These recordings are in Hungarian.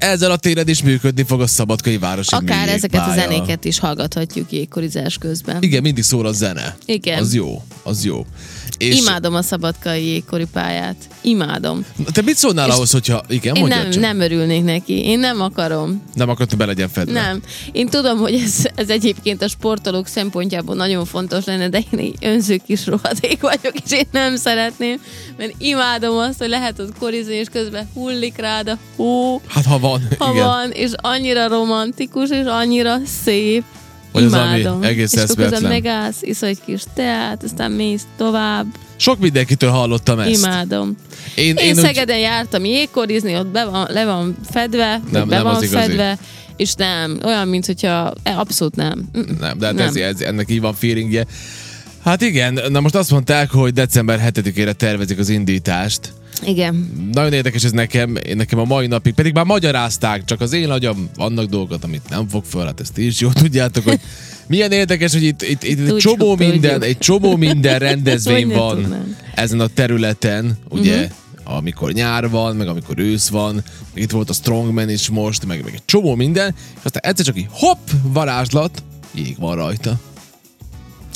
ezzel a téren is működni fog a szabadkai városi Akár műjégpálya. ezeket a zenéket is hallgathatjuk jégkorizás közben. Igen, mindig szól a zene. Igen. Az jó, az jó. És És... Imádom a szabadkai jégkori pályát. Imádom. te mit szólnál és- ahhoz, hogyha... Igen, Én mondjad nem, csak. nem örülnék neki. Én nem akarom. Nem akart, hogy be legyen fedve. Nem. Én tudom, hogy ez, ez egyébként a sportolók szempontjából nagyon fontos lenne, de én egy önző kis rohadék vagyok, és én nem szeretném, mert imádom azt, hogy lehet ott korizni, és közben hullik rád a hó, Hát ha van, ha igen. van, és annyira romantikus, és annyira szép. Hogy az, ami Imádom. egész és akkor közben eszméletlen. megállsz, iszol egy kis teát, aztán mész tovább. Sok mindenkitől hallottam ezt. Imádom. Én, Én, én úgy- Szegeden jártam jégkorizni, ott be van, le van fedve, nem, be nem van az igazi. fedve, és nem, olyan, mint hogyha, e, abszolút nem. Mm-mm. Nem, de hát Nem. ez, ez, ennek így van feelingje. Hát igen, na most azt mondták, hogy december 7-ére tervezik az indítást. Igen. Nagyon érdekes ez nekem, én nekem a mai napig, pedig már magyarázták, csak az én agyam vannak dolgot, amit nem fog föl, hát ezt ti is jól tudjátok, hogy milyen érdekes, hogy itt, itt, itt egy Tudjuk, csomó tudjuk. minden, egy csomó minden rendezvény Hogy ne van tudnánk. Mhm. ezen a területen, ugye, amikor nyár van, meg amikor ősz van, meg itt volt a Strongman is most, meg, meg egy csomó minden, és aztán egyszer csak így hopp, varázslat, jég van rajta.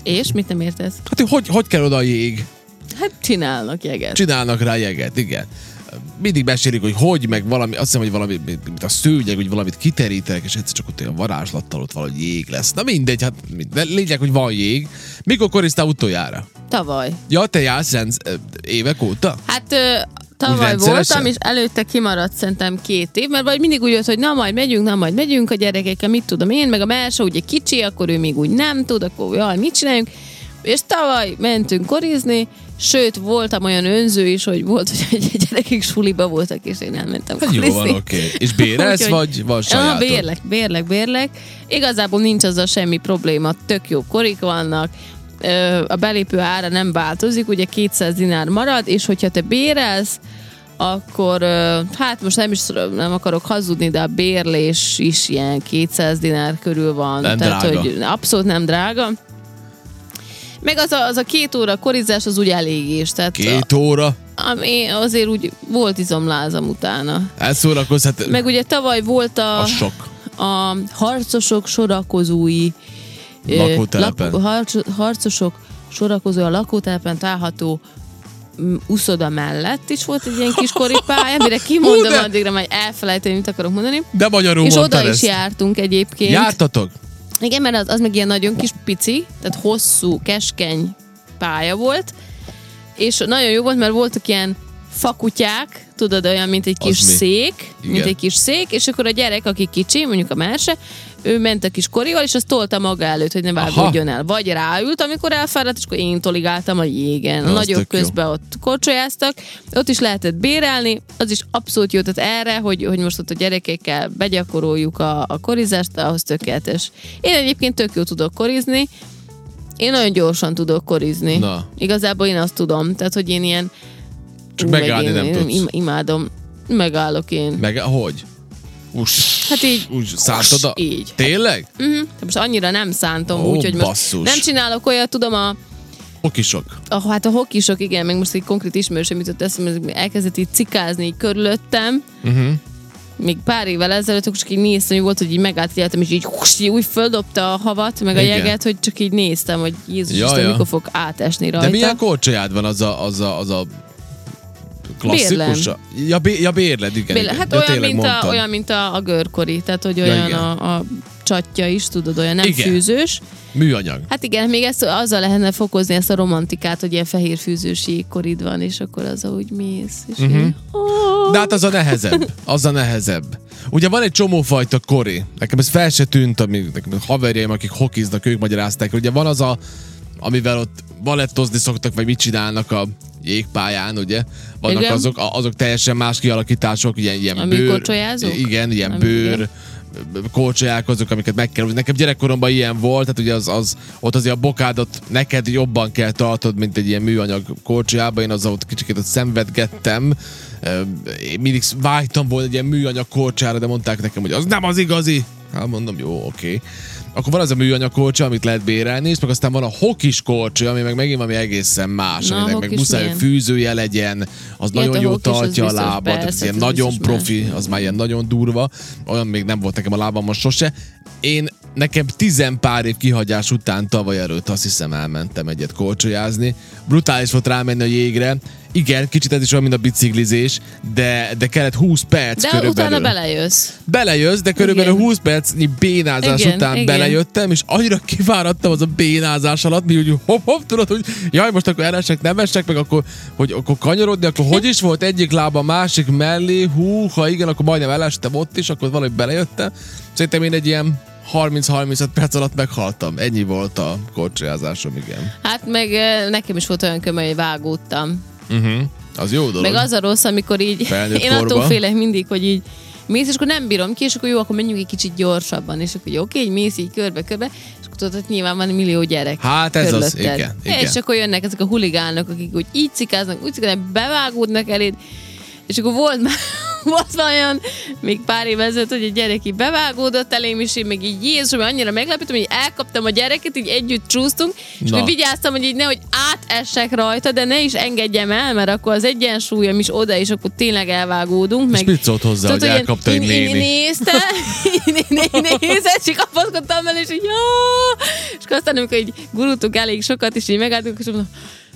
És mit nem értesz? Hát hogy, hogy kell oda a jég? Hát csinálnak jeget. Csinálnak rá jeget, igen. Mindig mesélik, hogy hogy, meg valami, azt hiszem, hogy valami, mint a szőnyeg, hogy valamit kiterítenek, és egyszer csak ott olyan varázslattal ott valahogy jég lesz. Na mindegy, hát mind- de lényeg, hogy van jég. Mikor korisztál utoljára? Tavaly. Ja, te jársz rendsz, ö, évek óta? Hát ö, tavaly rendszeresen? voltam, és előtte kimaradt szerintem két év, mert vagy mindig úgy volt, hogy na majd megyünk, na majd megyünk a gyerekekkel, mit tudom én, meg a Mersa ugye kicsi, akkor ő még úgy nem tud, akkor jaj, mit csináljunk. És tavaly mentünk korizni, sőt, voltam olyan önző is, hogy volt, hogy egy gyerekek suliba voltak, és én elmentem Hát jó van, korizni. oké. És bérelsz, Úgyhogy- vagy van Ja, sajátod? bérlek, bérlek, bérlek. Igazából nincs azzal semmi probléma, tök jó korik vannak, Ö, a belépő ára nem változik, ugye 200 dinár marad, és hogyha te bérelsz, akkor ö, hát most nem is nem akarok hazudni, de a bérlés is ilyen 200 dinár körül van. Nem Tehát, drága. hogy abszolút nem drága. Meg az a, az a két óra korizás az úgy elég is, tehát Két óra? ami azért úgy volt izomlázam utána. Elszórakozz, hát Meg ugye tavaly volt a a sok. a harcosok sorakozói ö, Lakótelepen. lakó- harc- harcosok sorakozói a lakótelepen található mm, uszoda mellett is volt egy ilyen kis koripálya, mire Hú, kimondom de- addigra, majd elfelejtem, mit akarok mondani. De magyarul És mondtad oda is ezt. jártunk egyébként. Jártatok? Igen, mert az, az meg ilyen nagyon kis pici, tehát hosszú, keskeny pálya volt, és nagyon jó volt, mert voltak ilyen fakutyák, tudod, olyan, mint egy Az kis mi? szék, Igen. mint egy kis szék, és akkor a gyerek, aki kicsi, mondjuk a mese, ő ment a kis korival, és azt tolta maga előtt, hogy ne vágódjon el. Vagy ráült, amikor elfáradt, és akkor én toligáltam a jégen. Na, A az nagyok tök jó. közben ott korcsolyáztak, ott is lehetett bérelni, az is abszolút jó, tehát erre, hogy, hogy most ott a gyerekekkel begyakoroljuk a, a korizást, ahhoz tökéletes. Én egyébként tök jó tudok korizni, én nagyon gyorsan tudok korizni. Na. Igazából én azt tudom, tehát hogy én ilyen... Csak Ú, meg megállni én, nem én tudsz. im- Imádom. Megállok én. Meg hogy? Us. Hát így. Úgy szántod a... Így. Tényleg? Uh-huh. Most annyira nem szántom, Ó, úgyhogy most basszus. nem csinálok olyat, tudom, a, Okisok. a, hát a hokisok, igen, meg most egy konkrét ismerősöm jutott eszembe, ez elkezdett így cikázni így körülöttem, Uh-huh. még pár évvel ezelőtt, akkor csak így néztem, hogy volt, hogy így megállt, életem, és így, hús, így úgy földobta a havat, meg a Igen. jeget, hogy csak így néztem, hogy Jézus Ja, ja, Isten, ja. mikor fog átesni De rajta. milyen korcsolyád van az a, az a, az a klasszikus? Bérlem. Ja, bé, ja, bérled, igen. Béla, igen. hát ja, olyan tényleg mint, a, mondtad. olyan, mint a, a görkori, tehát hogy olyan igen. a, a csatja is, tudod, olyan nem Igen. fűzős. Műanyag. Hát igen, még ezt, azzal lehetne fokozni ezt a romantikát, hogy ilyen fehér fűzős jégkorid van, és akkor az, ahogy mész. És Mhm. uh-huh. így, oh, De hát az a nehezebb. Az a nehezebb. Ugye van egy csomófajta kori. Nekem ez fel se tűnt, ami, nekem a haverjaim, akik hokiznak, ők magyarázták. Ugye van az a, amivel ott balettozni szoktak, vagy mit csinálnak a jégpályán, ugye? Vannak Igen. azok, a- azok teljesen más kialakítások, ilyen, ilyen Amik bőr. korcsolyázók? Igen, ilyen Amik bőr. ilyen. korcsolyák azok, amiket meg kell. Nekem gyerekkoromban ilyen volt, tehát ugye az, az, ott azért a bokádat neked jobban kell tartod, mint egy ilyen műanyag korcsolyába. Én azzal ott kicsit ott szenvedgettem. Ö, Én mindig vágytam volna egy ilyen műanyag korcsára, de mondták nekem, hogy az nem az igazi. Hát mondom, jó, oké. Okay. Akkor van az a műanyag korcsa, amit lehet bérelni, és meg aztán van a hokis korcsa, ami meg megint valami egészen más, Na, aminek a meg hokis muszáj, hogy milyen? fűzője legyen, az Ilyet nagyon a jó hokis, az tartja a biztos, lábad, persze, ez ilyen az nagyon biztos más. profi, az már ilyen nagyon durva, olyan még nem volt nekem a lábamon sose. Én nekem tizen pár év kihagyás után tavaly előtt azt hiszem elmentem egyet korcsolyázni. Brutális volt rámenni a jégre. Igen, kicsit ez is olyan, mint a biciklizés, de, de kellett 20 perc De körülbelül utána belejössz. belejössz, de körülbelül Igen. 20 percnyi bénázás Igen, után igen. belejöttem, és annyira kiváradtam az a bénázás alatt, mi úgy hop, hop, tudod, hogy jaj, most akkor elesek, nem esek, meg akkor, hogy akkor kanyarodni, akkor hogy is volt egyik lába a másik mellé, hú, ha igen, akkor majdnem elestem ott is, akkor valahogy belejöttem. Szerintem én egy ilyen 30-35 perc alatt meghaltam. Ennyi volt a korcsolyázásom, igen. Hát meg eh, nekem is volt olyan köme, hogy vágódtam. Uh-huh. Az jó dolog. Meg az a rossz, amikor így, Felnőtt én attól korba. félek mindig, hogy így mész, és akkor nem bírom ki, és akkor jó, akkor menjünk egy kicsit gyorsabban, és akkor jó, oké, így mész így körbe-körbe, és akkor tudod, hogy nyilván van egy millió gyerek. Hát ez az, igen, igen. És akkor jönnek ezek a huligánok, akik úgy így cikáznak, úgy cikáznak, bevágódnak eléd, és akkor volt már volt már olyan, még pár év ezelőtt, hogy a gyerek így bevágódott elém, és én még így Jézusom, annyira meglepítem, hogy elkaptam a gyereket, így együtt csúsztunk, és Na. akkor vigyáztam, hogy így nehogy átessek rajta, de ne is engedjem el, mert akkor az egyensúlyom is oda, és akkor tényleg elvágódunk. Meg... piccolt hozzá, hogy hogy ilyen- elkapta egy én- én- én néni. nézte, én, én, én nézett, és kapaszkodtam el, és így jó. És akkor aztán, amikor így gurultunk elég sokat, és így megálltunk, és mondom,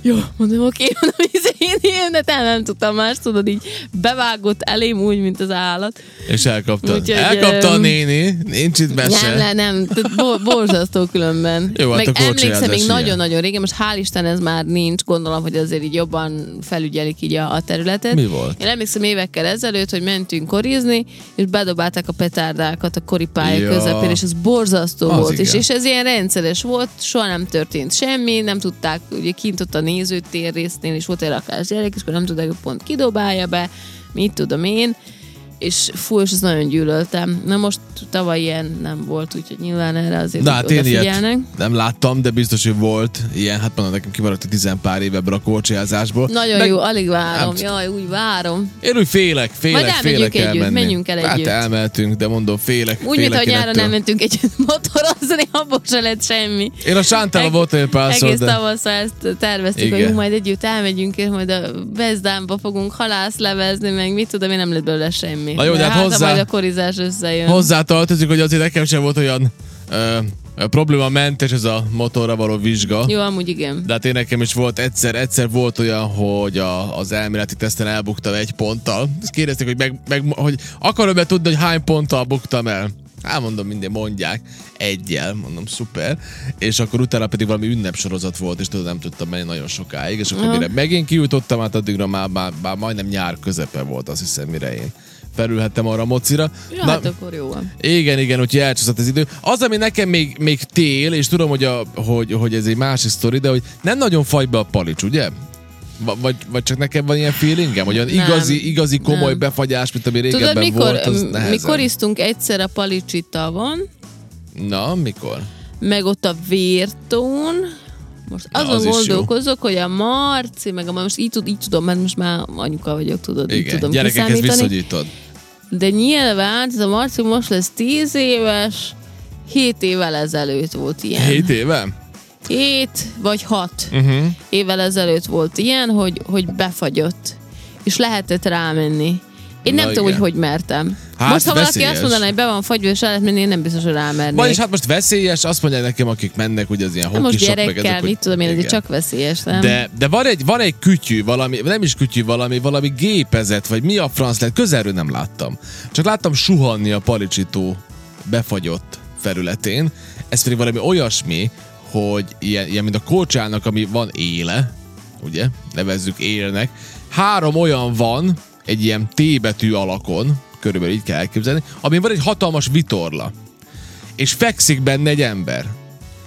jó, mondom, oké, mondom, hisz én ilyen, de te nem tudtam más, tudod, így bevágott elém úgy, mint az állat. És elkapta. Úgyhogy, elkapta a öm, néni, nincs itt mese. Nem, nem, nem, tehát bo- borzasztó különben. Jó, hát Meg a korcsolyázás, emlékszem, még igen. nagyon-nagyon régen, most hál' Isten ez már nincs, gondolom, hogy azért így jobban felügyelik így a, a területet. Mi volt? Én emlékszem évekkel ezelőtt, hogy mentünk korizni, és bedobálták a petárdákat a koripálya Ja. ja. közepén, és ez borzasztó Az volt. És, igen. és ez ilyen rendszeres volt, soha nem történt semmi, nem tudták, ugye kint ott a nézőtér résznél is volt egy rakás gyerek, és akkor nem tudták, hogy pont kidobálja be, mit tudom én, és fú, és ezt nagyon gyűlöltem. Na most tavaly ilyen nem volt, úgyhogy nyilván erre azért Na hát én odafigyelnek. ilyet nem láttam, de biztos, hogy volt ilyen. Hát mondom, nekem kimaradt egy tizen pár év ebből a korcsajázásból. Nagyon Meg jó, alig várom, Nem tudom. jaj, úgy várom. Én úgy félek, félek, Majd elmegyünk félek együtt, elmenni. menjünk el Hát együtt. elmehetünk, de mondom, félek, Úgy, félek mintha én nyáron ettől. nem mentünk együtt motorozni, abból se lett semmi. Én a Sántával Eg- voltam egy párszor, Egész de... tavasszal ezt terveztük, Igen. hogy hú, majd együtt elmegyünk, és majd a Bezdámba fogunk halászlevezni, meg mit tudom, én nem lett belőle semmi. Na jó, de hát ha hozzá- majd a korizás összejön. Hozzá tartozik, hogy azért nekem sem volt olyan ö, ö, problémamentes ez a motorra való vizsga. Jó, amúgy igen. De hát én nekem is volt egyszer, egyszer volt olyan, hogy a, az elméleti teszten elbuktam egy ponttal. Ezt kérdezték, hogy, meg, meg, hogy akarom-e tudni, hogy hány ponttal buktam el. Hát mondom, mindig mondják. Egyel, mondom, szuper. És akkor utána pedig valami ünnepsorozat volt, és tudod, nem tudtam menni nagyon sokáig. És akkor Aha. mire megint kijutottam, hát addigra már, már, már majdnem nyár közepe volt, azt hiszem, mire én felülhettem arra a mocira. Jó, hát akkor jó van. Igen, igen, úgyhogy elcsúszott az idő. Az, ami nekem még, még tél, és tudom, hogy, a, hogy, hogy ez egy másik sztori, de hogy nem nagyon fagy be a palics, ugye? Va- Vagy, vagy csak nekem van ilyen feelingem, hogy olyan Nem. igazi, igazi komoly Nem. befagyás, mint ami régebben Tudod, mikor, volt, az nehezen. mi koriztunk egyszer a Palicsi tavon, Na, mikor? meg ott a Vértón, most Na, azon az is jó. gondolkozok, hogy a Marci, meg a most így, tud, így tudom, mert most már anyuka vagyok, tudod, így Igen, tudom gyerekekhez kiszámítani. viszonyítod. De nyilván, ez a Marci most lesz 10 éves, 7 évvel ezelőtt volt ilyen. Hét éve? 7 vagy 6 Uh-huh. évvel ezelőtt volt ilyen, hogy, hogy befagyott, és lehetett rámenni. Én Na nem tudom, hogy igen. hogy mertem. Hát, Most, ha valaki veszélyes. azt mondaná, hogy be van fagyva, és el lehet menni, én nem biztos, hogy rámernék. Vagyis hát most veszélyes, azt mondják nekem, akik mennek, ugye az ilyen Na hokisok, most meg ezek, gyerekkel, hogy- mit tudom én, ez Igen. csak veszélyes, nem? De, de van, egy, van egy kütyű, valami, nem is kütyű, valami, valami gépezet, vagy mi a franc lett, közelről nem láttam. Csak láttam suhanni a palicsító befagyott felületén. Ez pedig valami olyasmi, hogy ilyen, ilyen mint a kócsának, ami van éle, ugye, nevezzük élnek. Három olyan van, egy ilyen T betű alakon, körülbelül így kell elképzelni, amin van egy hatalmas vitorla és fekszik benne egy ember.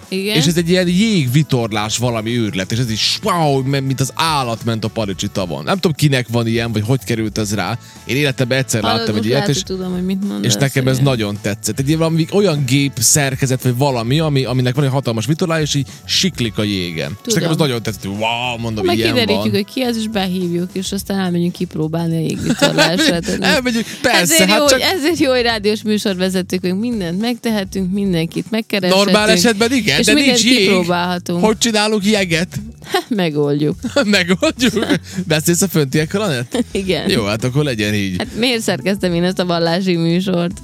Igen. És ez egy ilyen jégvitorlás valami őrület, és ez is wow, mint az állat ment a Paricsi tavon. Nem tudom, kinek van ilyen, vagy hogy került ez rá. Én életemben egyszer Hallod, láttam egy most ilyet, lehet, és, hogy tudom, hogy mit mondasz. és nekem ez igen. nagyon tetszett. Egy ilyen valami, olyan gép szerkezet, vagy valami, ami, aminek van egy hatalmas vitorlája, és így siklik a jégen. És Tudom. nekem ez nagyon tetszett, hogy wow, mondom, Meg ilyen kiderítjük, van. hogy ki az, és behívjuk, és aztán elmegyünk kipróbálni a jégvitorlásra. Tehát mi- Elmegyünk, persze, ezért, hát jó, csak hogy, ezért jó, hogy rádiós műsorvezetők, hogy mindent megtehetünk, mindenkit megkereshetünk. normál esetben igen, és de mindent nincs jég. kipróbálhatunk. Hogy csinálunk jeget? Megoldjuk. Megoldjuk. Beszélsz a föntiekkel, Anett? Igen. Jó, hát akkor legyen így. Hát miért szerkeztem én ezt a vallási műsort?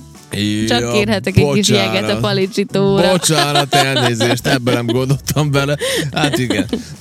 Csak Ja, kérhetek egy kis bocsánat. jeget a palicsítóra. Bocsánat, elnézést, ebben nem gondoltam bele. Hát igen.